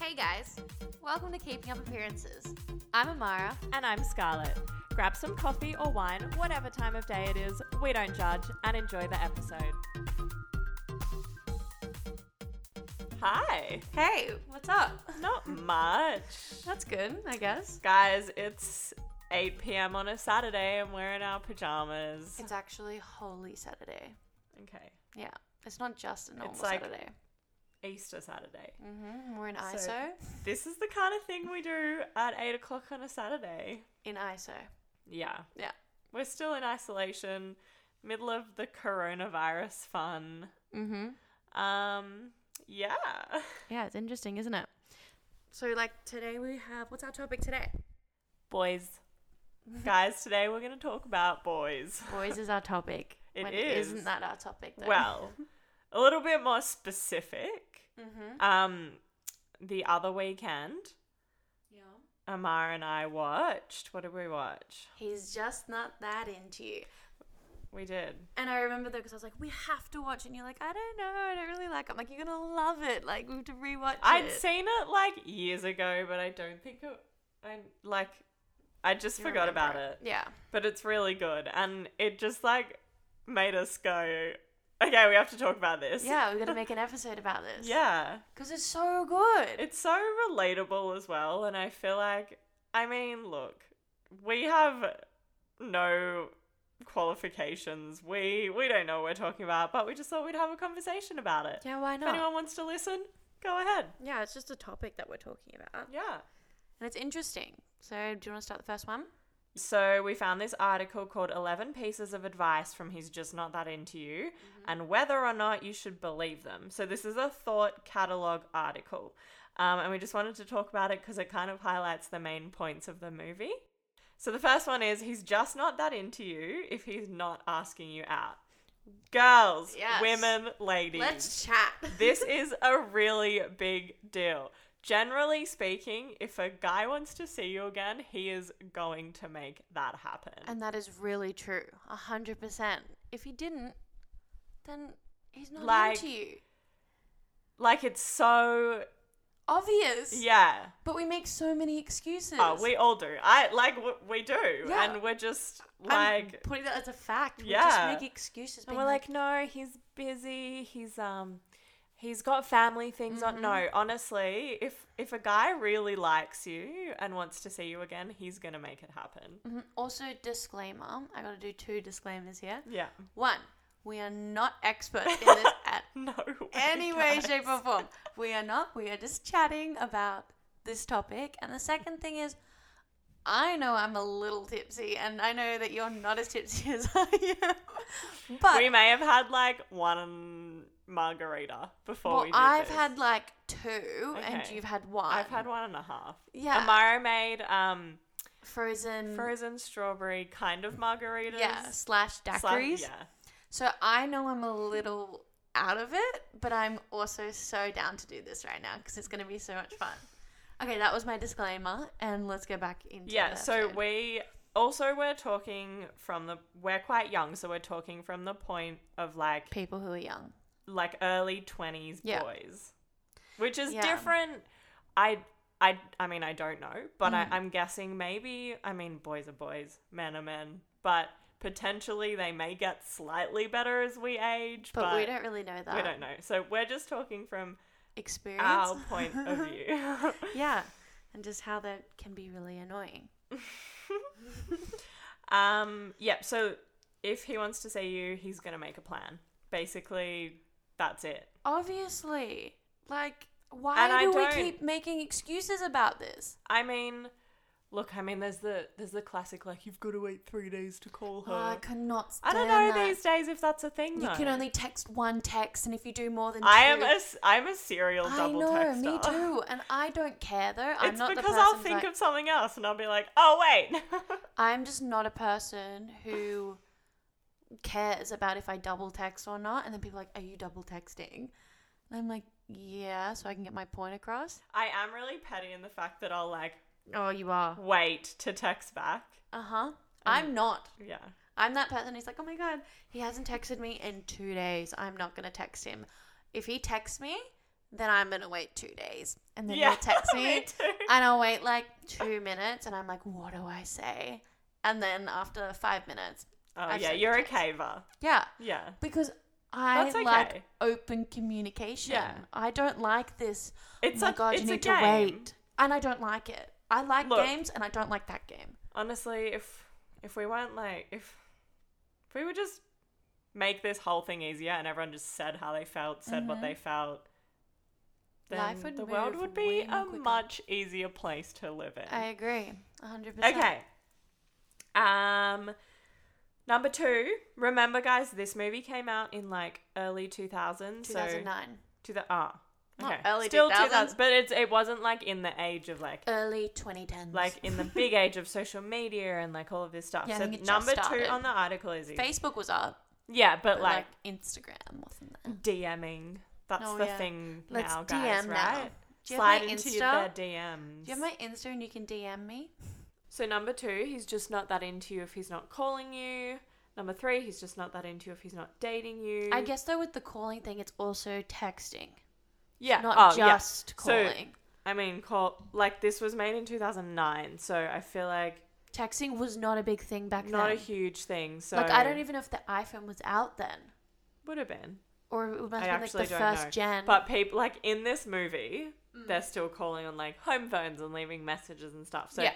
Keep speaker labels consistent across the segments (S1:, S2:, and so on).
S1: Hey guys, welcome to Keeping Up Appearances. I'm Amara.
S2: And I'm Scarlett. Grab some coffee or wine, whatever time of day it is, we don't judge, and enjoy the episode. Hi.
S1: Hey, what's up?
S2: Not much.
S1: That's good, I guess.
S2: Guys, it's 8 p.m. on a Saturday and we're in our pajamas.
S1: It's actually Holy Saturday.
S2: Okay.
S1: Yeah, it's not just a normal
S2: It's like-
S1: Saturday.
S2: Easter Saturday.
S1: hmm We're in ISO.
S2: So- This is the kind of thing we do at 8 o'clock on a Saturday.
S1: In ISO.
S2: Yeah.
S1: Yeah.
S2: We're still in isolation, middle of the coronavirus fun.
S1: Mm-hmm.
S2: Um, yeah.
S1: Yeah, it's interesting, isn't it? So, like today we have what's our topic today?
S2: Boys. Guys, today we're going to talk about boys.
S1: Boys is our topic.
S2: It
S1: Isn't
S2: is.
S1: that our topic? Though?
S2: Well, a little bit more specific.
S1: Mm-hmm.
S2: Um, the other weekend,
S1: Yeah.
S2: Amar and I watched. What did we watch?
S1: He's just not that into you.
S2: We did.
S1: And I remember though, because I was like, we have to watch it. And you're like, I don't know. I don't really like it. I'm like, you're going to love it. Like, we have to rewatch
S2: I'd
S1: it.
S2: seen it like years ago, but I don't think it. I like. I just
S1: You
S2: forgot
S1: remember
S2: about it.
S1: Yeah.
S2: but it's really good, and it just like made us go. Okay, we have to talk about this.
S1: Yeah, we're going to make an episode about this.
S2: Yeah.
S1: Because it's so good.
S2: It's so relatable as well, and I feel like, I mean, look, we have no qualifications. We we don't know what we're talking about, but we just thought we'd have a conversation about it.
S1: yeah, why
S2: If anyone wants to listen, go ahead.
S1: Yeah, it's just a topic that we're talking about.
S2: Yeah.
S1: And it's interesting. So, do you want to start the first one?
S2: So we found this article called 11 pieces of advice from he's just not that into you
S1: Mm-hmm.
S2: and whether or not you should believe them. So this is a thought catalog article. Um, and we just wanted to talk about it because it kind of highlights the main points of the movie. So the first one is he's just not that into you if he's not asking you out. Girls,
S1: Yes.
S2: women, ladies
S1: Let's chat.
S2: this is a really big deal. Generally speaking, if a guy wants to see you again, he is going to make that happen.
S1: and that is really true. 100%. If he didn't, then he's not
S2: Like-
S1: into you.
S2: like it's so
S1: Obvious.
S2: yeah.
S1: But we make so many excuses.
S2: Oh, we all do. I like w- we do,
S1: Yeah.
S2: and we're just
S1: I'm
S2: like,
S1: putting that as a fact. We
S2: Yeah.
S1: just make excuses.
S2: and
S1: being
S2: we're like, no, he's busy. He's um, he's got family things on. No, honestly, if if a guy really likes you and wants to see you again, he's gonna make it happen.
S1: Mhm. also disclaimer. I got to do two disclaimers here.
S2: Yeah.
S1: One, we are not experts in this at
S2: No. way,
S1: any way,
S2: guys.
S1: shape, or form. We are not. We are just chatting about this topic. And the second thing is, I know I'm a little tipsy, and I know that you're not as tipsy as I am. But
S2: we may have had like one margarita before
S1: well,
S2: we did
S1: I've
S2: this.
S1: had like two, and
S2: Okay.
S1: you've had one.
S2: I've had one and a half.
S1: Yeah. Mm.
S2: Amara made um
S1: frozen.
S2: frozen strawberry kind of margaritas.
S1: yeah, slash
S2: Some-
S1: daiquiris.
S2: yeah.
S1: So I know I'm a little out of it, but I'm also so down to do this right now because it's going to be so much fun. Okay, that was my disclaimer, and let's go back into
S2: Yeah,
S1: the
S2: so
S1: episode.
S2: we also we're talking from the we're quite young, so we're talking from the point of like
S1: people who are young.
S2: like early 20s
S1: Yeah.
S2: boys. Which is
S1: Yeah.
S2: different. I I I mean I don't know, but I, I'm guessing maybe I mean boys are boys, men are men, but potentially they may get slightly better as we age,
S1: But,
S2: but,
S1: we don't really know that.
S2: we don't know. So we're just talking from
S1: Experience.
S2: our point of view.
S1: yeah. And just how that can be really annoying.
S2: um yeah, so if he wants to see you, he's going to make a plan. Basically, that's it.
S1: Obviously. Like, why
S2: And I
S1: do we
S2: don't-
S1: keep making excuses about this?
S2: I mean, look, I mean, there's the there's the classic like you've got to wait three days to call her.
S1: Oh, I cannot
S2: I
S1: stand
S2: don't know
S1: that.
S2: these days if that's a thing.
S1: You
S2: though.
S1: can only text one text, and if you do more than
S2: I
S1: two,
S2: am a s- I'm a serial
S1: I
S2: double
S1: know,
S2: texter.
S1: me too. And I don't care though. I'm
S2: it's
S1: not the
S2: because
S1: person
S2: I'll think
S1: like,
S2: of something else and I'll be like, oh wait.
S1: I'm just not a person who cares about if I double text or not. And then people are like, Are you double texting? And I'm like, Yeah, so I can get my point across.
S2: I am really petty in the fact that I'll like
S1: Oh, you are.
S2: wait to text back.
S1: Uh huh.
S2: Mm.
S1: I'm not.
S2: Yeah.
S1: I'm that person who's like, Oh my god, he hasn't texted me in two days. I'm not gonna text him. If he texts me, then I'm gonna wait two days, and then
S2: yeah.
S1: you'll text
S2: me
S1: me,
S2: too. Oh,
S1: and I'll wait like two minutes, and I'm like, what do I say? And then after five minutes,
S2: Oh
S1: I've
S2: yeah,
S1: sent
S2: you're a
S1: text.
S2: caver.
S1: yeah,
S2: Yeah.
S1: because I
S2: That's okay.
S1: like open communication.
S2: Yeah.
S1: I don't like this.
S2: It's
S1: oh my
S2: a
S1: god,
S2: it's
S1: you
S2: a
S1: need
S2: game.
S1: to wait, and I don't like it. I like
S2: Look.
S1: games, and I don't like that game.
S2: Honestly, if if we weren't like if if we would just make this whole thing easier and everyone just said how they felt, said what they felt, then
S1: Mm-hmm. Life would
S2: the world
S1: move
S2: would be
S1: way
S2: a
S1: quicker.
S2: much easier place to live in.
S1: I agree, hundred percent.
S2: Okay. Um number 2, remember guys, this movie came out in like early 2000s,
S1: two
S2: so
S1: thousand nine,
S2: to the ah.
S1: Not
S2: Okay.
S1: early
S2: Still
S1: 2000s.
S2: 2000s, but it's it wasn't like in the age of like
S1: early twenty tens.
S2: like in the big age of social media and like all of this stuff.
S1: Yeah, I
S2: so
S1: think it just
S2: number two
S1: started.
S2: on the article is
S1: Facebook was up,
S2: yeah, but,
S1: but
S2: like,
S1: like, Instagram wasn't there.
S2: DMing. That's
S1: Oh,
S2: the
S1: yeah.
S2: thing
S1: Let's
S2: now, guys.
S1: DM now.
S2: right?
S1: Do you have
S2: Slide
S1: my
S2: into
S1: Insta?
S2: their DMs.
S1: Do you have my Insta and you can DM me?
S2: so number two, he's just not that into you if he's not calling you. Number three, he's just not that into you if he's not dating you.
S1: I guess though with the calling thing, it's also texting,
S2: yeah,
S1: not
S2: oh, yeah.
S1: just
S2: So-
S1: calling.
S2: I mean, call like this was made in two thousand nine, so I feel like
S1: texting was not a big thing back
S2: not a
S1: then.
S2: huge thing. So
S1: Like I don't even know if the iPhone was out then,
S2: would have been.
S1: or it must
S2: I
S1: have been like
S2: actually
S1: the
S2: don't
S1: first
S2: know.
S1: gen.
S2: But people like in this movie,
S1: Mm.
S2: they're still calling on like home phones and leaving messages and stuff. So
S1: Yeah.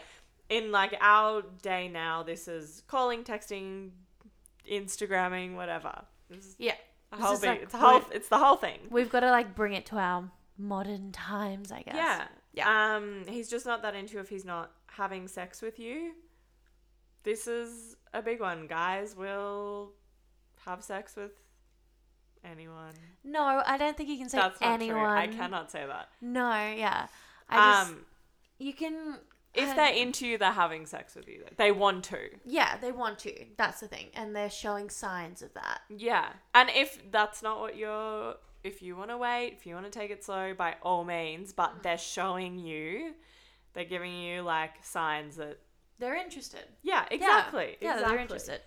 S2: in like our day now, this is calling, texting, Instagramming, whatever. It's
S1: yeah,
S2: a
S1: This
S2: whole
S1: is,
S2: big,
S1: like,
S2: it's, a whole,
S1: what-
S2: it's the whole thing.
S1: we've got to like bring it to our modern times, I guess.
S2: Yeah.
S1: Yeah.
S2: Um, he's just not that into if he's not having sex with you. This is a big one. Guys will have sex with anyone.
S1: No, I don't think you can say
S2: That's not
S1: anyone.
S2: true. I cannot say that.
S1: No, yeah. I just
S2: um,
S1: you can
S2: if
S1: I-
S2: they're into you, they're having sex with you. They want to.
S1: yeah, they want to. That's the thing, and they're showing signs of that.
S2: Yeah. And if that's not what you're, if you want to wait, if you want to take it slow, by all means,
S1: Mm.
S2: but they're showing you, they're giving you like signs that,
S1: They're interested.
S2: yeah, exactly.
S1: Yeah,
S2: exactly.
S1: they're interested.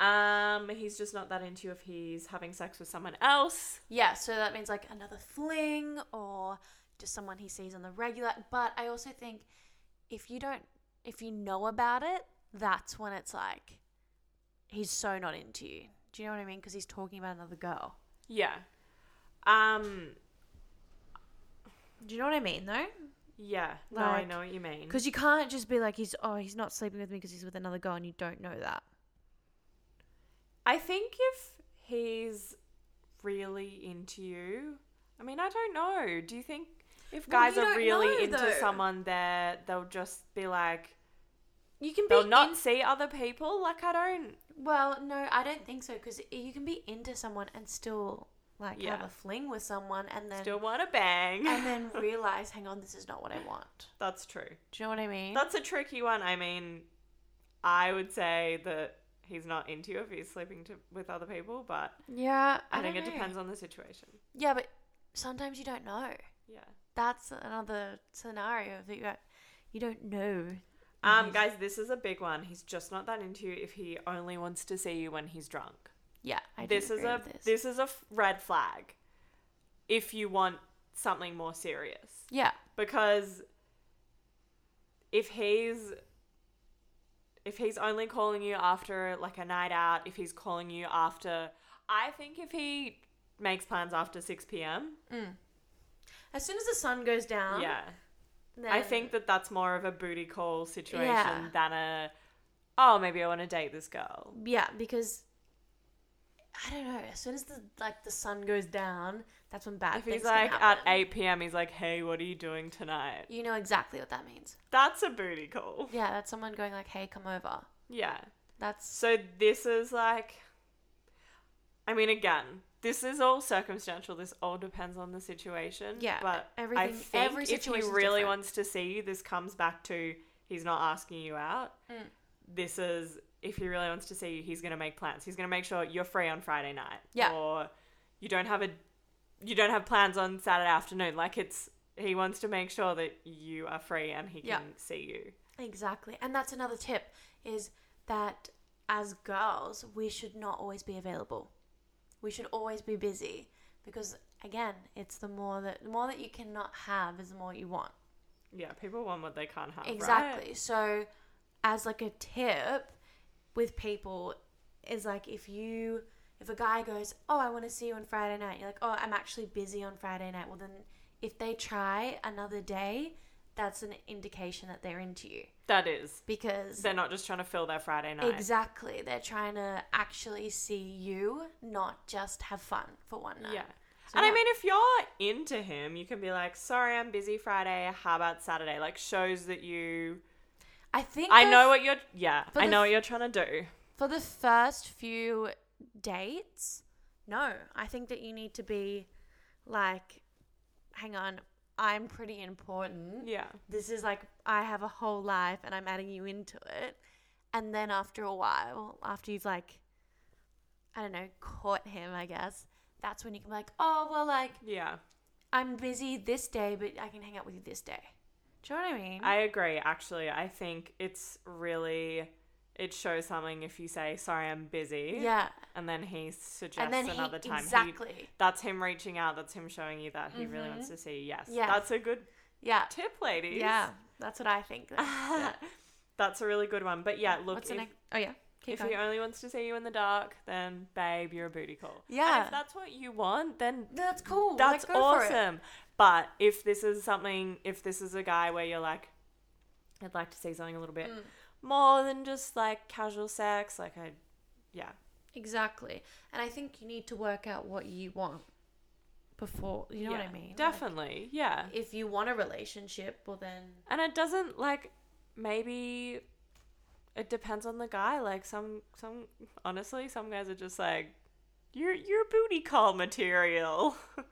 S2: Um, he's just not that into you if he's having sex with someone else.
S1: Yeah, so that means like another fling or just someone he sees on the regular. But I also think if you don't, if you know about it, that's when it's like he's so not into you. Do you know what I mean? Because he's talking about another girl.
S2: Yeah. Um,
S1: Do you know what I mean though?
S2: yeah. No, I
S1: Like-
S2: know what you mean.
S1: Because you can't just be like he's oh he's not sleeping with me because he's with another girl and you don't know that.
S2: I think if he's really into you, I mean, I don't know. Do you think if
S1: Well,
S2: guys
S1: you
S2: are
S1: don't
S2: really
S1: know,
S2: into
S1: though.
S2: someone, there they'll just be like,
S1: You can be
S2: they'll not
S1: in-
S2: see other people. Like I don't.
S1: well, no, I don't think so because you can be into someone and still like
S2: Yeah.
S1: have a fling with someone and then
S2: Still want to bang.
S1: and then realize, hang on, this is not what I want.
S2: That's true.
S1: Do you know what I mean?
S2: That's a tricky one. I mean, I would say that he's not into you if he's sleeping to, with other people, but
S1: yeah,
S2: I, think it depends on the situation.
S1: Yeah, but sometimes you don't know.
S2: Yeah.
S1: That's another scenario that you you don't know.
S2: Um, guys, this is a big one. He's just not that into you if he only wants to see you when he's drunk.
S1: Yeah, I do
S2: this is
S1: agree
S2: a
S1: with
S2: this. is a f- red flag if you want something more serious
S1: yeah
S2: because if he's if he's only calling you after like a night out if he's calling you after i think if he makes plans after 6 p.m
S1: Mm. as soon as the sun goes down.
S2: yeah
S1: Uh-huh. then-
S2: i think that that's more of a booty call situation
S1: Yeah.
S2: than a oh maybe i want to date this girl
S1: yeah because. I don't know. As soon as the like the sun goes down, that's when bad
S2: if
S1: things
S2: he's like
S1: can
S2: at
S1: happen.
S2: 8 p.m he's like hey what are you doing tonight
S1: You know exactly what that means.
S2: that's a booty call
S1: Yeah, that's someone going like, "Hey, come over."
S2: yeah
S1: That's
S2: So this is like, I mean, again, this is all circumstantial. This all depends on the situation.
S1: Yeah,
S2: but I
S1: everything-
S2: think
S1: every
S2: if he really
S1: situation's different.
S2: wants to see you, this comes back to he's not asking you out.
S1: Mm.
S2: This is if he really wants to see you, he's gonna make plans. He's gonna make sure you're free on Friday night.
S1: Yeah.
S2: or you don't have a you don't have plans on Saturday afternoon. Like it's he wants to make sure that you are free and he can
S1: Yeah.
S2: see you.
S1: Exactly. And that's another tip is that as girls, we should not always be available. We should always be busy because again, it's the more that the more that you cannot have is the more you want.
S2: Yeah, people want what they can't have. right?
S1: Exactly. So, as like a tip with people is like if you if a guy goes, "Oh, I want to see you on Friday night." You're like, "Oh, I'm actually busy on Friday night." Well, then if they try another day, that's an indication that they're into you
S2: That is.
S1: because
S2: They're not just trying to fill their Friday night.
S1: exactly, they're trying to actually see you, not just have fun for one night.
S2: Yeah.
S1: So,
S2: and I
S1: yeah.
S2: mean, if you're into him, you can be like, sorry, I'm busy Friday. How about Saturday? Like, shows that you.
S1: I think
S2: I
S1: the-
S2: know what you're. Yeah.
S1: for
S2: I
S1: the
S2: know
S1: f-
S2: what you're trying to do.
S1: for the first few dates, no. I think that you need to be like, hang on, I'm pretty important.
S2: Yeah.
S1: This is like, I have a whole life and I'm adding you into it. And then after a while, after you've like, I don't know, caught him, I guess, that's when you can be like, oh, well, like,
S2: Yeah.
S1: I'm busy this day, but I can hang out with you this day. Do you know what I mean?
S2: I agree, actually. I think it's really. It shows something if you say, sorry, I'm busy.
S1: yeah.
S2: And then he suggests
S1: And then
S2: another
S1: he,
S2: time. He-
S1: exactly. Mm-hmm.
S2: that's him reaching out. That's him showing you that he really wants to see you. Yes.
S1: Yes.
S2: That's a good
S1: yeah.
S2: tip, ladies.
S1: Yeah. That's what I think. Yeah.
S2: That's a really good one. But yeah, look,
S1: What's the
S2: if,
S1: next? Oh yeah. Keep
S2: if he
S1: going.
S2: only wants to see you in the dark, then babe, you're a booty call. And
S1: Yeah.
S2: if that's what you want, then
S1: That's cool.
S2: that's
S1: Like, go for it.
S2: awesome. But if this is something, if this is a guy where you're like, I'd like to see something a little bit
S1: Mm.
S2: more than just like casual sex, like I, yeah,
S1: Exactly. And I think you need to work out what you want before. You know what
S2: yeah,
S1: I mean? Like,
S2: Definitely, yeah.
S1: if you want a relationship, well then.
S2: And it doesn't like maybe it depends on the guy. Like some some honestly, some guys are just like you're you're booty call material.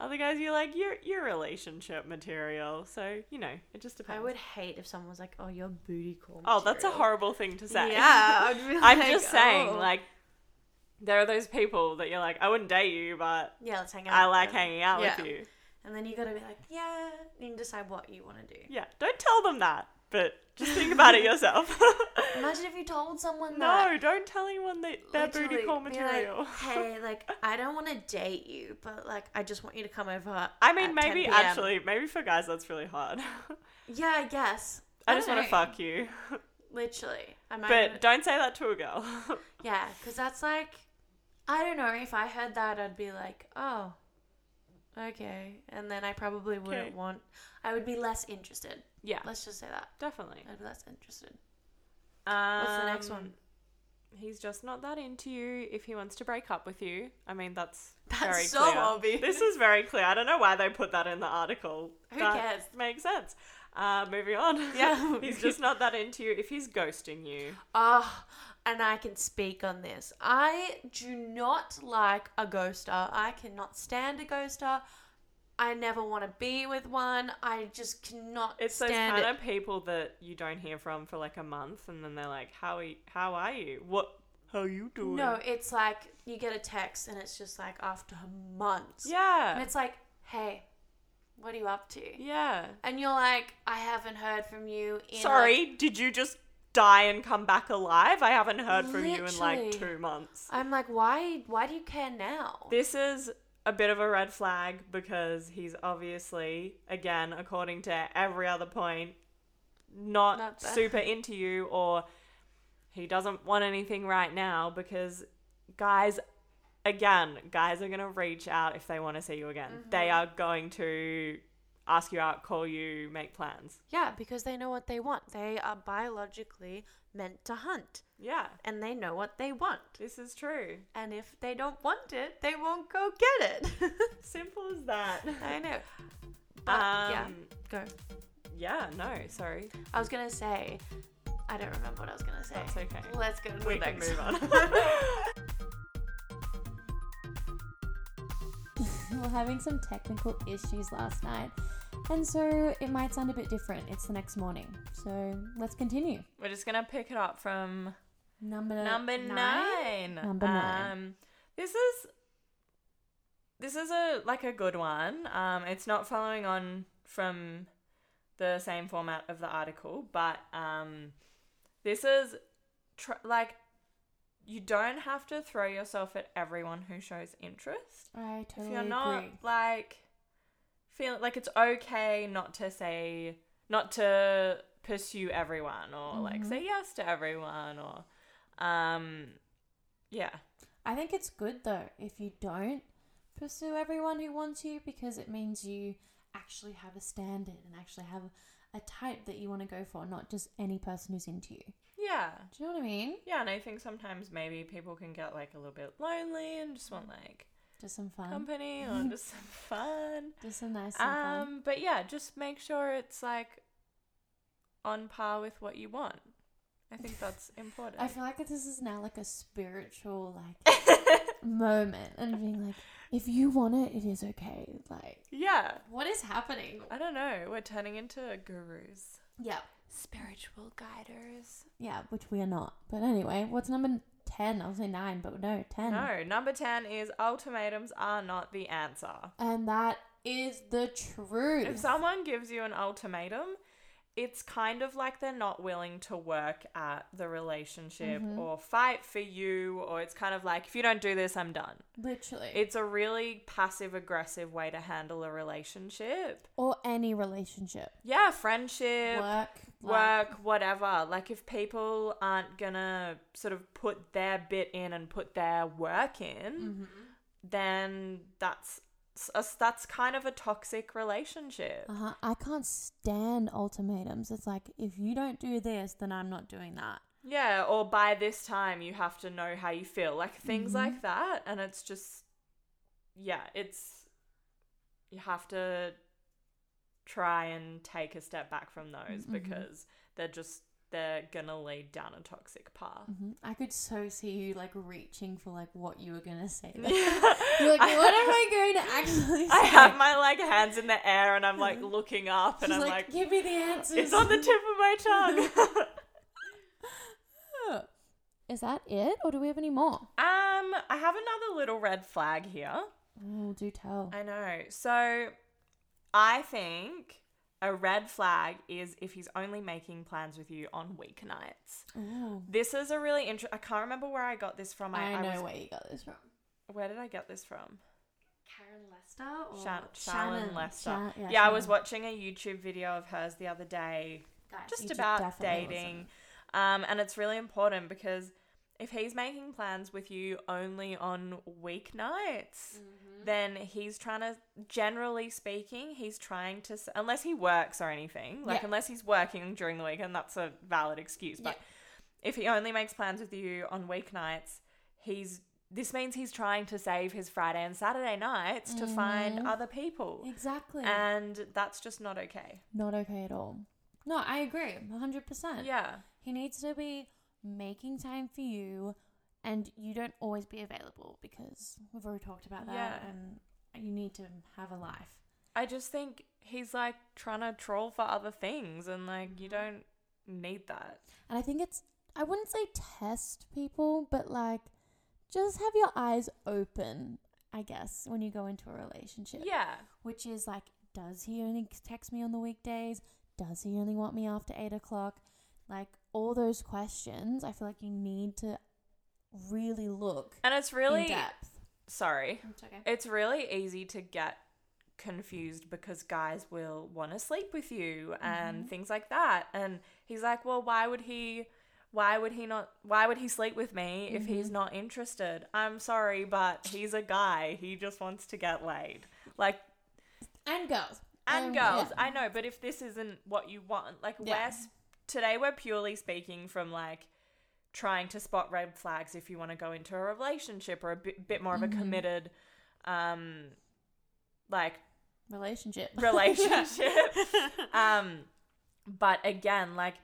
S2: Other guys you're like you're you're relationship material. So, you know, it
S1: I
S2: just depends.
S1: would hate if someone was like, "Oh, you're booty call."
S2: oh, that's a
S1: material."
S2: horrible thing to say.
S1: Yeah, I'd be
S2: I'm
S1: like,
S2: just saying,
S1: "Oh."
S2: like there are those people that you're like, I wouldn't date you, but
S1: Yeah, let's hang out.
S2: I like hanging out
S1: Yeah.
S2: with you.
S1: And then you gotta be like, yeah, you can decide what you want to do.
S2: Yeah. Don't tell them that, but just think about it yourself.
S1: Imagine if you told someone that.
S2: No, don't tell anyone that they're booty
S1: literally
S2: call
S1: be like,
S2: material.
S1: hey, like I don't want to date you, but like I just want you to come over.
S2: I mean,
S1: at 10
S2: maybe
S1: PM."
S2: actually, maybe for guys that's really hard.
S1: Yeah, I guess.
S2: I just
S1: don't
S2: want to
S1: know.
S2: fuck you,
S1: Literally, I might.
S2: but don't say that to a girl.
S1: Yeah, because that's like, I don't know. If I heard that, I'd be like, oh, okay. And then I probably wouldn't
S2: Okay.
S1: want, I would be less interested.
S2: yeah,
S1: Let's just say that.
S2: definitely.
S1: I'd be less interested.
S2: Um,
S1: What's the next one?
S2: He's just not that into you. If he wants to break up with you, I mean that's
S1: That's
S2: very
S1: so
S2: clear.
S1: obvious.
S2: This is very clear. I don't know why they put that in the article.
S1: Who
S2: That
S1: cares?
S2: Makes sense. Uh, moving on.
S1: Yeah.
S2: he's just not that into you. If he's ghosting you,
S1: Oh, and I can speak on this. I do not like a ghoster. I cannot stand a ghoster. I never want to be with one. I just cannot
S2: It's those
S1: stand
S2: kind
S1: it.
S2: of people that you don't hear from for like a month, and then they're like, "How are you, how are you? What? How you doing?"
S1: No, it's like you get a text and it's just like after months. And
S2: Yeah.
S1: it's like, hey, what are you up to?
S2: Yeah.
S1: And you're like, I haven't heard from you in. like-
S2: Sorry, did you just die and come back alive? I haven't heard from you in like
S1: Literally.
S2: two months.
S1: I'm like, why? Why do you care now?
S2: This is a bit of a red flag because he's obviously, again, according to every other point, not,
S1: Not that-
S2: super into you or he doesn't want anything right now because guys again, guys are going to reach out if they want to see you again.
S1: Mm-hmm.
S2: They are going to ask you out, call you, make plans.
S1: Yeah, because they know what they want. They are biologically meant to hunt,
S2: Yeah.
S1: and they know what they want.
S2: This is true.
S1: And if they don't want it, they won't go get it.
S2: Simple as that.
S1: I know. But
S2: Um,
S1: Uh, yeah, go.
S2: yeah, no, sorry.
S1: I was gonna say, I don't remember what I was gonna say.
S2: That's okay.
S1: Let's go to the
S2: We can
S1: next
S2: move on.
S3: we were having some technical issues last night, and so it might sound a bit different. It's the next morning, so let's continue.
S2: We're just going to pick it up from
S3: Number
S2: Number nine.
S3: Number Uh, nine.
S2: Um, this is this is a like a good one. Um, it's not following on from the same format of the article, but um, this is tr- like you don't have to throw yourself at everyone who shows interest.
S1: I totally
S2: if you're not
S1: agree.
S2: like feel like it's okay not to say not to pursue everyone or like
S1: Mhm.
S2: say yes to everyone or um yeah.
S1: I think it's good though if you don't pursue everyone who wants you because it means you actually have a standard and actually have a type that you want to go for, not just any person who's into you.
S2: Yeah.
S1: Do you know what I mean?
S2: Yeah, and I think sometimes maybe people can get like a little bit lonely and just want like
S1: Just some fun.
S2: company or just some fun.
S1: just some nice and fun.
S2: Um, but yeah, just make sure it's like on par with what you want. I think that's important.
S1: I feel like this is now like a spiritual like moment and being like, if you want it, it is okay. Like,
S2: yeah,
S1: what is happening?
S2: I don't know. We're turning into gurus,
S1: Yeah,
S2: spiritual guiders.
S1: yeah, which we are not. But anyway, what's number ten? I was say nine, but no, ten.
S2: No, number ten is ultimatums are not the answer.
S1: And that is the truth.
S2: If someone gives you an ultimatum, it's kind of like they're not willing to work at the relationship or fight for you, or it's kind of like, if you don't do this, I'm done.
S1: Literally.
S2: It's a really passive aggressive way to handle a relationship.
S1: or any relationship.
S2: Yeah, friendship,
S1: Work. like-
S2: work, whatever. Like if people aren't gonna sort of put their bit in and put their work in,
S1: Mm. mm-hmm.
S2: then that's s- that's kind of a toxic relationship.
S1: Uh-huh. I can't stand ultimatums. It's like, if you don't do this, then I'm not doing that.
S2: Yeah, or by this time you have to know how you feel. Like things
S1: Mm-hmm.
S2: like that and it's just yeah, it's you have to try and take a step back from those
S1: Mm-hmm.
S2: because they're just they're gonna lead down a toxic path.
S1: Mhm. I could so see you like reaching for like what you were gonna say. There. You're like, what am I going to actually say?
S2: I have my like hands in the air and I'm like looking up and
S1: She's
S2: I'm
S1: like,
S2: like,
S1: give me the answers.
S2: it's on the tip of my tongue.
S1: Is that it, or do we have any more?
S2: um, I have another little red flag here.
S1: Oh, do tell.
S2: I know. So I think a red flag is if he's only making plans with you on weeknights.
S1: Ooh.
S2: This is a really interesting. I can't remember where I got this from.
S1: I,
S2: I
S1: know
S2: was-
S1: where you got this from.
S2: where did I get this from?
S4: Karen Lester or
S2: Shan- Shannon Lester.
S1: Shan-
S2: yeah,
S1: yeah,
S2: I was
S1: Shannon.
S2: watching a YouTube video of hers the other day
S1: Guys, you
S2: just
S1: should
S2: about
S1: definitely
S2: dating.
S1: listen.
S2: Um, and it's really important because if he's making plans with you only on weeknights,
S1: Mm-hmm.
S2: then he's trying to, generally speaking, he's trying to, s- unless he works or anything, like
S1: Yeah.
S2: unless he's working during the weekend, that's a valid excuse. But
S1: Yeah.
S2: if he only makes plans with you on weeknights, he's, this means he's trying to save his Friday and Saturday nights to find other people.
S1: Mm-hmm. Exactly.
S2: And that's just not okay.
S1: Not okay at all. No, I agree. 100%.
S2: Yeah.
S1: He needs to be making time for you, and you don't always be available because we've already talked about that,
S2: Yeah.
S1: and you need to have a life.
S2: I just think he's like trying to troll for other things and like
S1: Mm-hmm.
S2: you don't need that.
S1: And I think it's, I wouldn't say test people, but like just have your eyes open, I guess, when you go into a relationship.
S2: Yeah.
S1: Which is like, does he only text me on the weekdays? Does he only want me after eight o'clock? Like, all those questions, I feel like you need to really look
S2: And it's really
S1: in depth.
S2: sorry.
S1: It's okay.
S2: It's really easy to get confused because guys will want to sleep with you
S1: Mm-hmm.
S2: and things like that. And he's like, "Well, why would he why would he not why would he sleep with me if he's
S1: Mm-hmm.
S2: not interested?" I'm sorry, but he's a guy. He just wants to get laid. Like
S1: And girls.
S2: and
S1: Um,
S2: girls
S1: yeah.
S2: i know but if this isn't what you want like
S1: Yeah.
S2: we're s- today we're purely speaking from like trying to spot red flags if you want to go into a relationship or a bit, bit more of a
S1: Mm-hmm.
S2: committed um like
S1: Relationship.
S2: relationship um but again like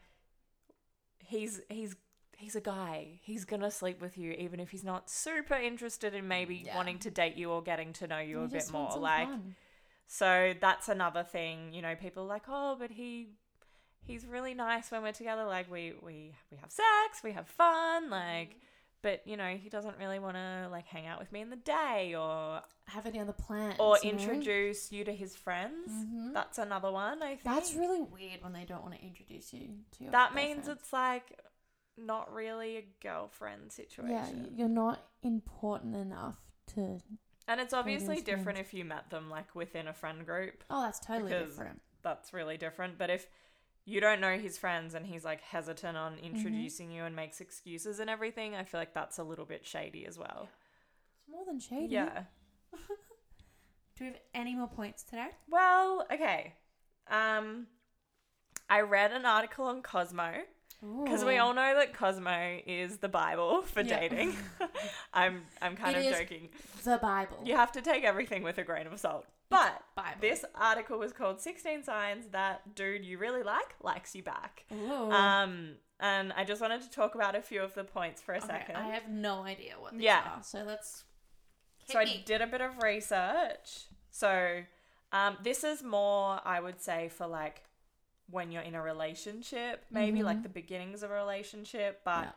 S2: he's he's he's a guy he's gonna sleep with you even if he's not super interested in maybe
S1: Yeah.
S2: wanting to date you or getting to know you
S1: You
S2: a bit
S1: just want
S2: more
S1: some
S2: like
S1: fun.
S2: so that's another thing, you know, people are like, oh, but he he's really nice when we're together. Like we we we have sex, we have
S1: Mm-hmm.
S2: fun, like but you know, he doesn't really want to like hang out with me in the day or
S1: have any other plans.
S2: or
S1: you know?
S2: introduce you to his friends.
S1: Mhm.
S2: That's another one, I think.
S1: That's really weird when they don't want to introduce you to your
S2: that means
S1: girlfriend.
S2: it's like not really a girlfriend situation.
S1: Yeah, y- you're not important enough to.
S2: and it's obviously
S1: is
S2: different
S1: friends.
S2: if you met them like within a friend group.
S1: Oh, that's totally
S2: Because-
S1: different.
S2: That's really different. But if you don't know his friends and he's like hesitant on
S1: Mm-hmm.
S2: introducing you and makes excuses and everything, I feel like that's a little bit shady as well.
S1: It's more than shady.
S2: Yeah.
S1: Do we have any more points today?
S2: Well, okay. Um I read an article on Cosmo because we all know that Cosmo is the Bible for
S1: Yeah.
S2: dating. I'm I'm kind
S1: It
S2: of
S1: is.
S2: joking.
S1: the Bible.
S2: You have to take everything with a grain of salt. But
S1: Bible.
S2: this article was called 16 signs that dude you really like likes you back.
S1: Ooh.
S2: Um and I just wanted to talk about a few of the points for a
S1: Okay,
S2: second.
S1: I uh, have no idea what these
S2: Yeah.
S1: are, so let's.
S2: So I
S4: Hit me.
S2: did a bit of research. So um, this is more, I would say, for like when you're in a relationship, maybe
S1: Mm-hmm.
S2: like the beginnings of a relationship, but
S1: Yeah.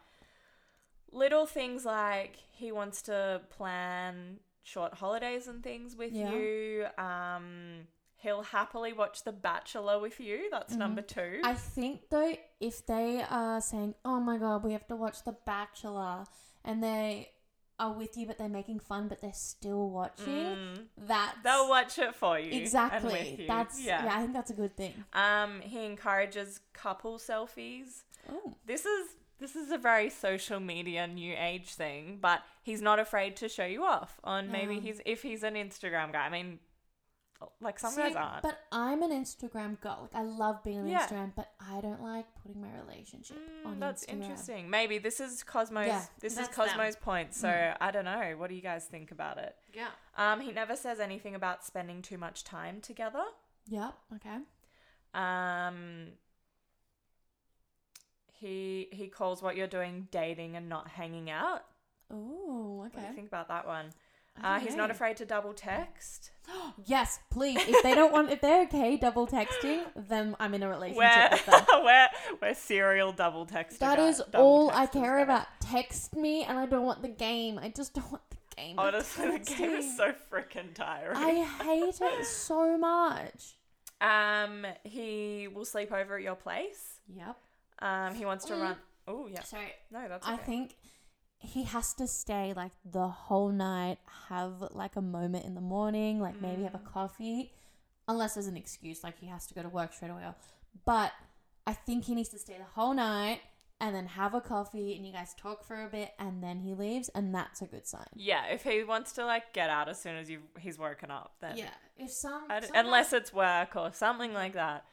S2: little things like he wants to plan short holidays and things with
S1: Yeah.
S2: you. Um, he'll happily watch The Bachelor with you. That's number two.
S1: Mm-hmm. I think though, if they are saying, "Oh my god, we have to watch The Bachelor," and they are with you, but they're making fun, but they're still watching,
S2: Mm,
S1: that
S2: they'll watch it for you. and with
S1: exactly.
S2: you.
S1: That's yeah. I think that's a good thing.
S2: Um, he encourages couple selfies.
S1: Oh,
S2: This is this is a very social media new age thing, but he's not afraid to show you off on maybe
S1: No.
S2: he's if he's an Instagram guy. I mean, like some
S1: See,
S2: guys aren't.
S1: But I'm an Instagram girl. Like I love being on
S2: Yeah.
S1: Instagram, but I don't like putting my relationship
S2: Mm,
S1: on
S2: that's
S1: Instagram.
S2: interesting. Maybe this is Cosmo's.
S1: Yeah, Mm.
S2: this is
S4: that's them.
S2: Cosmo's point. So I don't know. What do you guys think about it?
S4: Yeah.
S2: Um, he never says anything about spending too much time together.
S1: Yep. Okay.
S2: Um, he he calls what you're doing dating and not hanging out.
S1: Oh,
S2: What do
S1: okay.
S2: you think about that one? Uh, he's not afraid to double text.
S1: Yes, please. If they don't want, if they're okay double texting, then I'm in a relationship
S2: Where,
S1: with them.
S2: where, where serial double text.
S1: That is all I care about. Text me, and I don't want the game. I just don't want the game. of
S2: Honestly, the game is
S1: texting.
S2: so freaking tiring.
S1: I hate it so much.
S2: Um, he will sleep over at your place.
S1: Yep.
S2: Um, he wants to
S1: Mm.
S2: run. Oh yeah,
S1: Sorry.
S2: no, that's. Okay.
S1: I think he has to stay like the whole night, have like a moment in the morning, like maybe have a
S2: Mm.
S1: coffee, unless there's an excuse, like he has to go to work straight away. But I think he needs to stay the whole night and then have a coffee and you guys talk for a bit and then he leaves, and that's a good sign.
S2: Yeah, if he wants to like get out as soon as you he's woken up, then
S1: Yeah, if some,
S2: I d-
S1: some
S2: unless
S1: guys,
S2: it's work or something like that.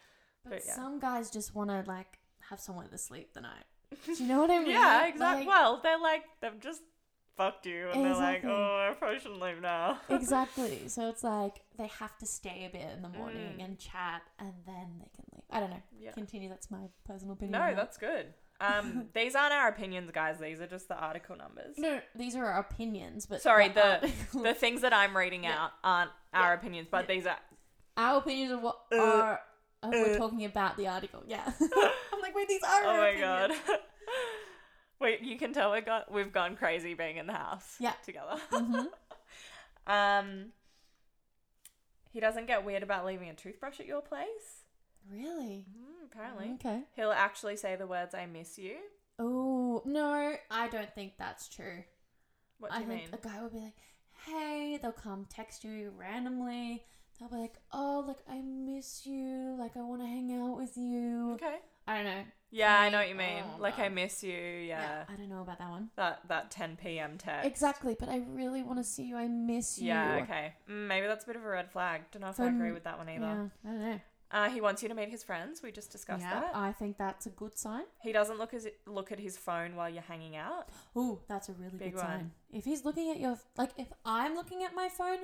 S1: but
S2: but yeah.
S1: some guys just want to like have somewhere to sleep the night. Do you know what I mean?
S2: Yeah, exactly.
S1: Like,
S2: well, they're like they've just fucked you, and
S1: Exactly.
S2: they're like, oh, I probably shouldn't leave now.
S1: exactly. So it's like they have to stay a bit in the morning
S2: Mm.
S1: and chat, and then they can leave. I don't know.
S2: Yeah.
S1: Continue. That's my personal opinion.
S2: No,
S1: on that.
S2: that's good. Um, these aren't our opinions, guys. These are just the article numbers.
S1: no. These are our opinions, but
S2: Sorry,
S1: but
S2: the the things that I'm reading
S1: Yeah.
S2: out aren't our
S1: Yeah.
S2: opinions, but these are.
S1: our, our opinions of what
S2: Uh,
S1: are uh, we're
S2: uh.
S1: talking about the article. Yeah, I'm like, wait, these are.
S2: Oh
S1: our
S2: my
S1: opinions.
S2: god. Wait, you can tell we got we've gone crazy being in the house.
S1: Yeah.
S2: Together.
S1: Mhm.
S2: Um. He doesn't get weird about leaving a toothbrush at your place.
S1: Really?
S2: Mm, apparently,
S1: Okay.
S2: he'll actually say the words "I miss you."
S1: Oh no, I don't think that's true.
S2: What do
S1: I
S2: you
S1: think
S2: mean?
S1: a guy will be like, "Hey," they'll come text you randomly. They'll be like, "Oh, like I miss you. Like I want to hang out with you."
S2: Okay.
S1: I don't know.
S2: Yeah, I
S1: me,
S2: know what you mean.
S1: oh,
S2: like
S1: no.
S2: I miss you. Yeah.
S1: I don't know about that one.
S2: That that 10 p.m. text.
S1: Exactly, but I really want to see you. I miss you.
S2: Yeah. Okay. Mm, maybe that's a bit of a red flag. Don't know if I agree
S1: Um,
S2: with that one either.
S1: Yeah, I don't know.
S2: Uh, he wants you to meet his friends. We just discussed
S1: yeah,
S2: that.
S1: I think that's a good sign.
S2: He doesn't look as look at his phone while you're hanging out.
S1: Ooh, that's a really
S2: Big
S1: good sign.
S2: one.
S1: If he's looking at your like, if I'm looking at my phone,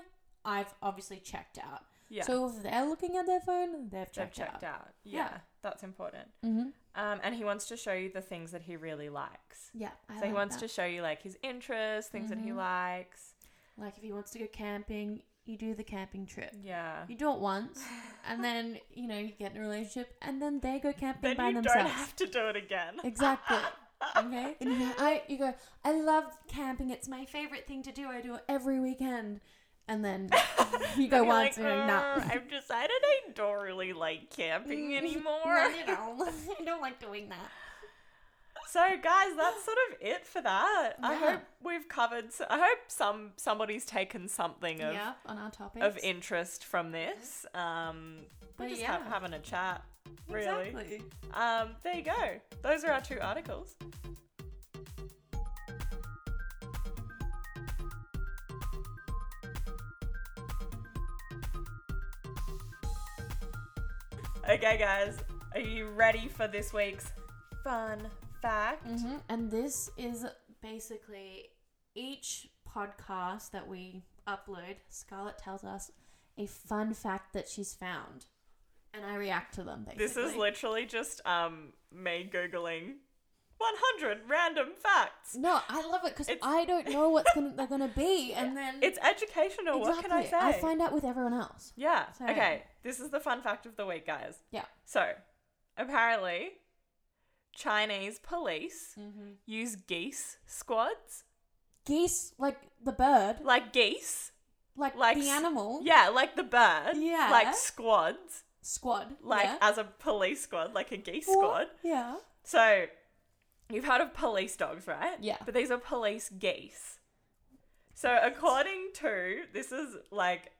S1: I've obviously checked out.
S2: Yeah.
S1: So if they're looking at their phone, they've
S2: they've
S1: checked,
S2: checked out.
S1: out.
S2: Yeah,
S1: Yeah.
S2: That's important.
S1: Mm-hmm.
S2: Um, and he wants to show you the things that he really likes.
S1: Yeah. I
S2: so
S1: like
S2: he wants
S1: that.
S2: to show you like his interests, things that he
S1: Mhm.
S2: likes.
S1: like if he wants to go camping, you do the camping trip.
S2: Yeah.
S1: You do it once, and then you know you get in a relationship, and then they go camping
S2: Then
S1: by
S2: you
S1: themselves.
S2: don't have to do it again.
S1: Exactly. Okay. And you, I, you go, I love camping. It's my favorite thing to do. I do it every weekend. And then you go
S2: You're
S1: once and
S2: like,
S1: you're
S2: "Uh,
S1: not.
S2: I've decided I don't
S1: Mm,
S2: really like camping anymore.
S1: No, you don't. I don't like doing that.
S2: So guys, that's sort of it for that. I
S1: Yeah.
S2: hope we've covered. s- I hope some somebody's taken something of
S1: yeah, on our topics.
S2: of interest from this. Um, we're
S1: But
S2: just
S1: yeah.
S2: ha- having a chat, really.
S4: Exactly.
S2: Um, there you go. Those are our two articles. Okay, guys, are you ready for this week's fun fact?
S1: hmm And this is basically each podcast that we upload, Scarlett tells us a fun fact that she's found. And I react to them basically.
S2: This is literally just um me googling 100 random facts.
S1: No, I love it because
S2: It's-
S1: I don't know what's gonna, they're going to be. And then.
S2: It's educational. What can I say?
S1: Mm-hmm. Exactly. find out with everyone else.
S2: Yeah.
S1: So-
S2: Okay. This is the fun fact of the week, guys.
S1: Yeah.
S2: So, apparently, Chinese police
S1: Mm-hmm.
S2: use geese squads,
S1: Geese, like the bird,
S2: like geese.
S1: like,
S2: Like
S1: the
S2: s-
S1: animal
S2: Yeah, like the bird.
S1: Yeah.
S2: Like squads,
S1: squad.
S2: like
S1: yeah.
S2: as a police squad, like a geese
S1: What?
S2: squad.
S1: Yeah.
S2: So, you've heard of police dogs, right?
S1: Yeah.
S2: But these are police geese. So, according to this is like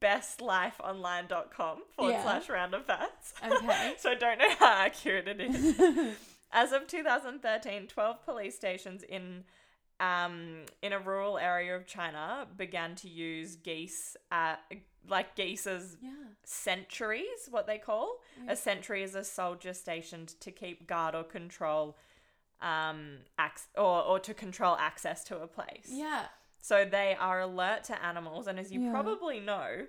S2: bestlifeonline.com forward
S1: Yeah.
S2: slash random facts.
S1: Okay.
S2: so I don't know how accurate it is. As of 2013, 12 police stations in um, in a rural area of China began to use geese, uh, like geese as
S1: yeah.
S2: sentries, what they call.
S1: Yeah.
S2: A sentry is a soldier stationed to keep guard or control um, ac- or, or to control access to a place.
S1: Yeah.
S2: So they are alert to animals, and as you
S1: Yeah.
S2: probably know,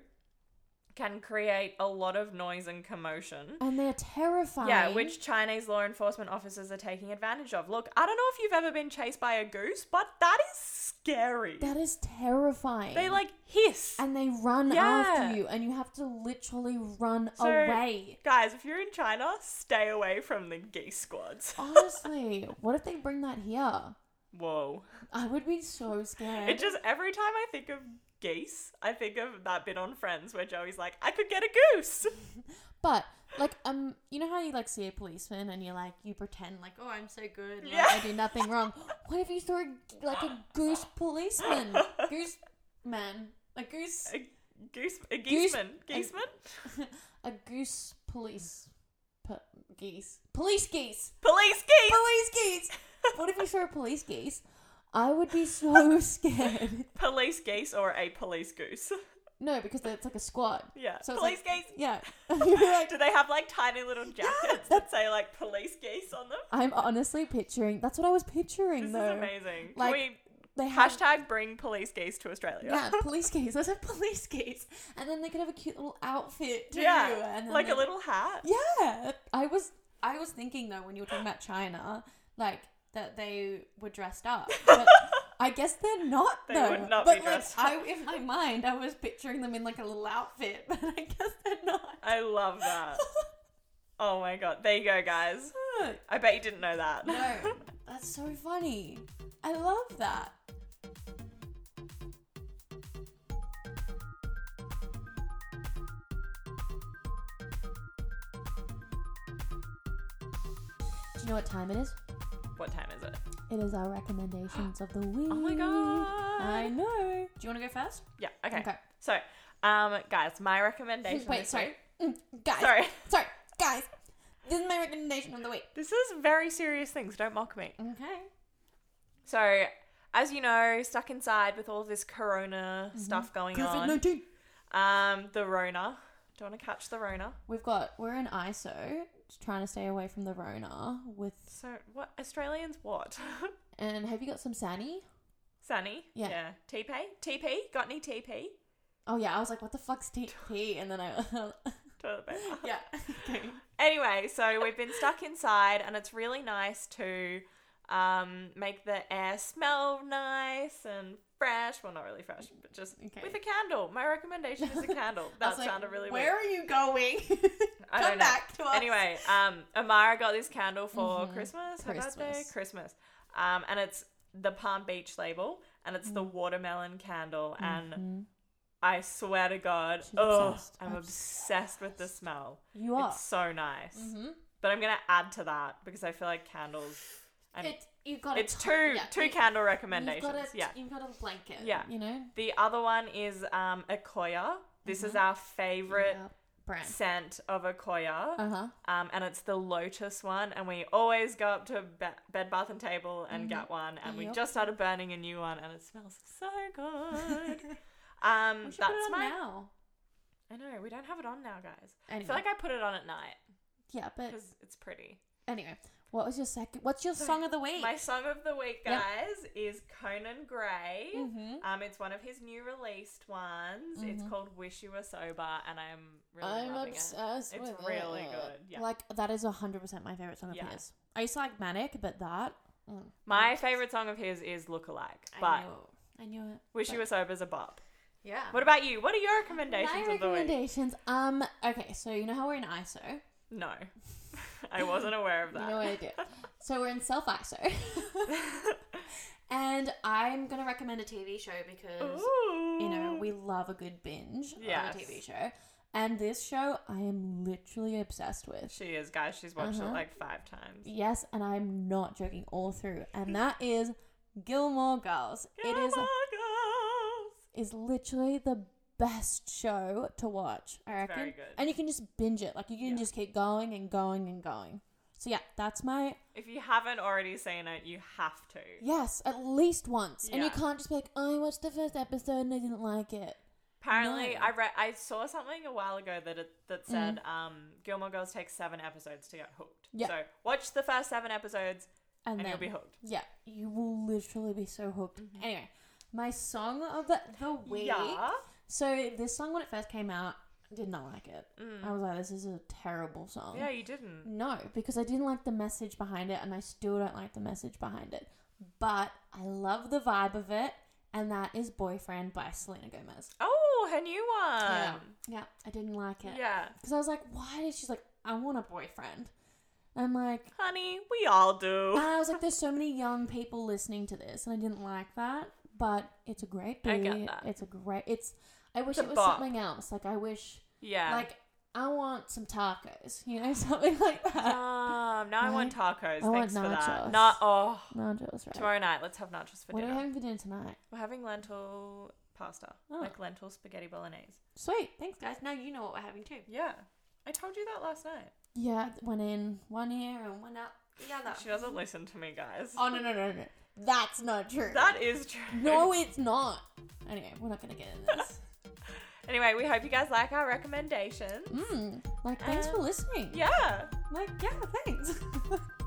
S2: can create a lot of noise and commotion.
S1: And they're terrifying.
S2: Yeah, which Chinese law enforcement officers are taking advantage of. Look, I don't know if you've ever been chased by a goose, but that is scary.
S1: That is terrifying.
S2: They like hiss.
S1: and they run
S2: Yeah.
S1: after you, and you have to literally run
S2: So-
S1: away.
S2: Guys, if you're in China, stay away from the geese squads.
S1: Oh. Honestly, what if they bring that here?
S2: Whoa.
S1: I would be so scared.
S2: It just every time I think of geese, I think of that bit on Friends where Joey's like, I could get a goose.
S1: But like um, you know how you like see a policeman and you like you pretend like oh I'm so good, like,
S2: Yeah.
S1: I do nothing wrong. What if you saw a, like a goose policeman, goose man, a goose,
S2: A goose a
S1: Goose-
S2: geeseman. Geeseman?
S1: a goose police, p- geese, police geese,
S2: Police geese!
S1: police geese. What if you saw a police geese? I would be so scared.
S2: Police geese or a police goose.
S1: No, because it's like a squad.
S2: Yeah.
S1: So it's
S2: police
S1: like-
S2: geese.
S1: Yeah, You'd be like,
S2: Do they have like tiny little jackets that say like police geese on them?
S1: I'm honestly picturing. That's what I was picturing
S2: This is
S1: though.
S2: amazing. Can
S1: Like,
S2: we
S1: They have
S2: hashtag bring police geese to Australia?
S1: Yeah, police case. Let's have police case. And then they could have a cute little outfit too.
S2: Yeah,
S1: And then
S2: like
S1: they-
S2: a little hat.
S1: Yeah. I was I was thinking though when you were talking about China, like that they were dressed up. But I guess they're not
S2: They
S1: though.
S2: would not
S1: but
S2: be
S1: like
S2: dressed
S1: I in my mind I was picturing them in like a little outfit, but I guess they're not.
S2: I love that. oh my god, there you go, guys. I bet you didn't know that.
S1: no. That's so funny. I love that. Do you know what time it is?
S2: what time is it?
S1: It is our recommendations of the week.
S2: Oh my god.
S1: I know. Do you want to go first?
S2: Yeah. Okay. So, um, guys, my recommendation.
S1: Wait,
S2: this
S1: sorry.
S2: week-
S1: Mm, guys.
S2: Sorry.
S1: Sorry. Guys. This is my recommendation of the week.
S2: This is very serious things. Don't mock me.
S1: Okay.
S2: So, as you know, stuck inside with all this corona stuff going
S1: Mm-hmm. COVID
S2: on.
S1: 19.
S2: Um, the Rona. Do you want to catch the Rona?
S1: We've got we're in ISO, just trying to stay away from the Rona. With
S2: So what Australians what?
S1: and have you got some Sani?
S2: Sunny.
S1: Yeah.
S2: TP. TP. Got any TP?
S1: Oh yeah, I was like, what the fuck's TP? And then I
S2: Toilet paper.
S1: yeah.
S2: Anyway, so we've been stuck inside, and it's really nice to um, make the air smell nice and fresh. Well, not really fresh, but just
S1: Okay.
S2: with a candle. My recommendation is a candle.
S1: I
S2: That
S1: was like,
S2: sounded really
S1: Where
S2: weird.
S1: are you going?
S2: I
S1: Come
S2: don't know.
S1: back to us.
S2: Anyway, um, Amara got this candle for
S1: Mhm.
S2: Christmas, her
S1: Christmas.
S2: birthday, Christmas, um, and it's the Palm Beach label, and it's
S1: Mm.
S2: the watermelon candle, and
S1: Mhm.
S2: I swear to God,
S1: She's
S2: oh,
S1: obsessed.
S2: I'm obsessed with the smell.
S1: you are.
S2: It's so nice.
S1: Mhm.
S2: But I'm gonna add to that because I feel like candles And
S1: it's you've got
S2: it's
S1: a
S2: two
S1: ton- yeah,
S2: two
S1: you-
S2: candle recommendations.
S1: You've got a,
S2: yeah.
S1: You've got a blanket.
S2: Yeah.
S1: You know.
S2: The other one is um Akoya. This is our favorite
S1: Mm-hmm. Yeah. Brand.
S2: scent of Akoya.
S1: Uh huh.
S2: Um, and it's the lotus one, and we always go up to be- Bed Bath and Table and get
S1: Mm-hmm.
S2: one, and we
S1: Yep.
S2: just started burning a new one, and it smells so good. um,
S1: We should
S2: that's
S1: put it on
S2: my.
S1: now.
S2: I know we don't have it on now, guys. I
S1: Anyway.
S2: feel like I put it on at night
S1: yeah, but
S2: because it's pretty.
S1: anyway, what was your second? What's your song of the week?
S2: My song of the week,
S1: Yep.
S2: guys, is Conan Gray.
S1: Mhm.
S2: Um, it's one of his new released ones. It's called "Wish You Were Sober," and I'm really
S1: Mm-hmm. I'm
S2: loving it.
S1: obsessed
S2: It's
S1: with it.
S2: really good, yeah.
S1: Like that is hundred percent my favorite song
S2: Yeah.
S1: of his. I used to like Manic, but that. mm,
S2: My favorite song of his is "Lookalike,"
S1: I
S2: but
S1: knew, I knew it.
S2: "Wish
S1: but-
S2: You Were Sober" is a bop.
S4: Yeah.
S2: What about you? What are your recommendations
S1: My
S2: of the week?
S1: recommendations. Um. Okay, so you know how we're in ISO.
S2: No, I wasn't aware of
S1: You
S2: that.
S1: know what I do. so we're in self ISO, and I'm gonna recommend a TV show because you know we love a good binge
S2: Yes.
S1: on a TV show, and this show I am literally obsessed with.
S2: she is, guys. She's watched it
S1: Uh-huh.
S2: like five times.
S1: Yes, and I'm not joking all through. And that is Gilmore Girls. It is
S2: Mm. Gilmore Girls.
S1: is literally the best show to watch, I reckon.
S2: very good.
S1: And you can just binge it. Like you can
S2: Yeah.
S1: just keep going and going and going. So yeah, that's my
S2: If you haven't already seen it, you have to.
S1: yes, at least once. And you
S2: Yeah.
S1: can't just be like, "Oh, I watched the first episode and I didn't like it.
S2: Apparently,
S1: No. Mm-hmm.
S2: I read, I saw something a while ago that it, that said um, Gilmore Girls takes seven episodes to get hooked.
S1: Yeah.
S2: So watch the first seven episodes,
S1: And,
S2: and,
S1: then
S2: you'll be hooked.
S1: Yeah. You will literally be so hooked. Anyway, my song of the, the week.
S2: Yeah.
S1: So this song when it first came out, I did not like it. I was like, this is a terrible song.
S2: Yeah, you didn't.
S1: No, because I didn't like the message behind it, and I still don't like the message behind it. But I love the vibe of it, and that is "Boyfriend" by Selena Gomez.
S2: Oh, her new one.
S1: yeah, yeah, I didn't like it.
S2: yeah.
S1: because I was like, why did she's like, I want a boyfriend? I'm like,
S2: Honey, we all do.
S1: and I was like, there's so many young people listening to this, and I didn't like that. But it's a great beat.
S2: I get that.
S1: It's a great. It's. I wish
S2: a
S1: it was
S2: bop.
S1: something else. Like I wish,
S2: Yeah.
S1: like I want some tacos. You know, something like that.
S2: Um, now I want tacos.
S1: I want
S2: Thanks for that.
S1: nachos.
S2: Not oh,
S1: Nachos, right?
S2: tomorrow night. Let's have nachos for
S1: what are we
S2: dinner.
S1: having for dinner tonight?
S2: We're having lentil pasta,
S1: Oh.
S2: like lentil spaghetti bolognese.
S1: Sweet. Thanks, guys. Now you know what we're having too.
S2: Yeah, I told you that last night.
S1: Yeah, one in one ear and one out the other.
S2: She doesn't listen to me, guys.
S1: Oh, no, no, no, no. That's not true.
S2: That is true.
S1: no, it's not. Anyway, we're not going to get into this.
S2: Anyway, we hope you guys like our recommendations.
S1: Mm, like, thanks for
S2: Um,
S1: listening.
S2: Yeah.
S1: Like, yeah, thanks.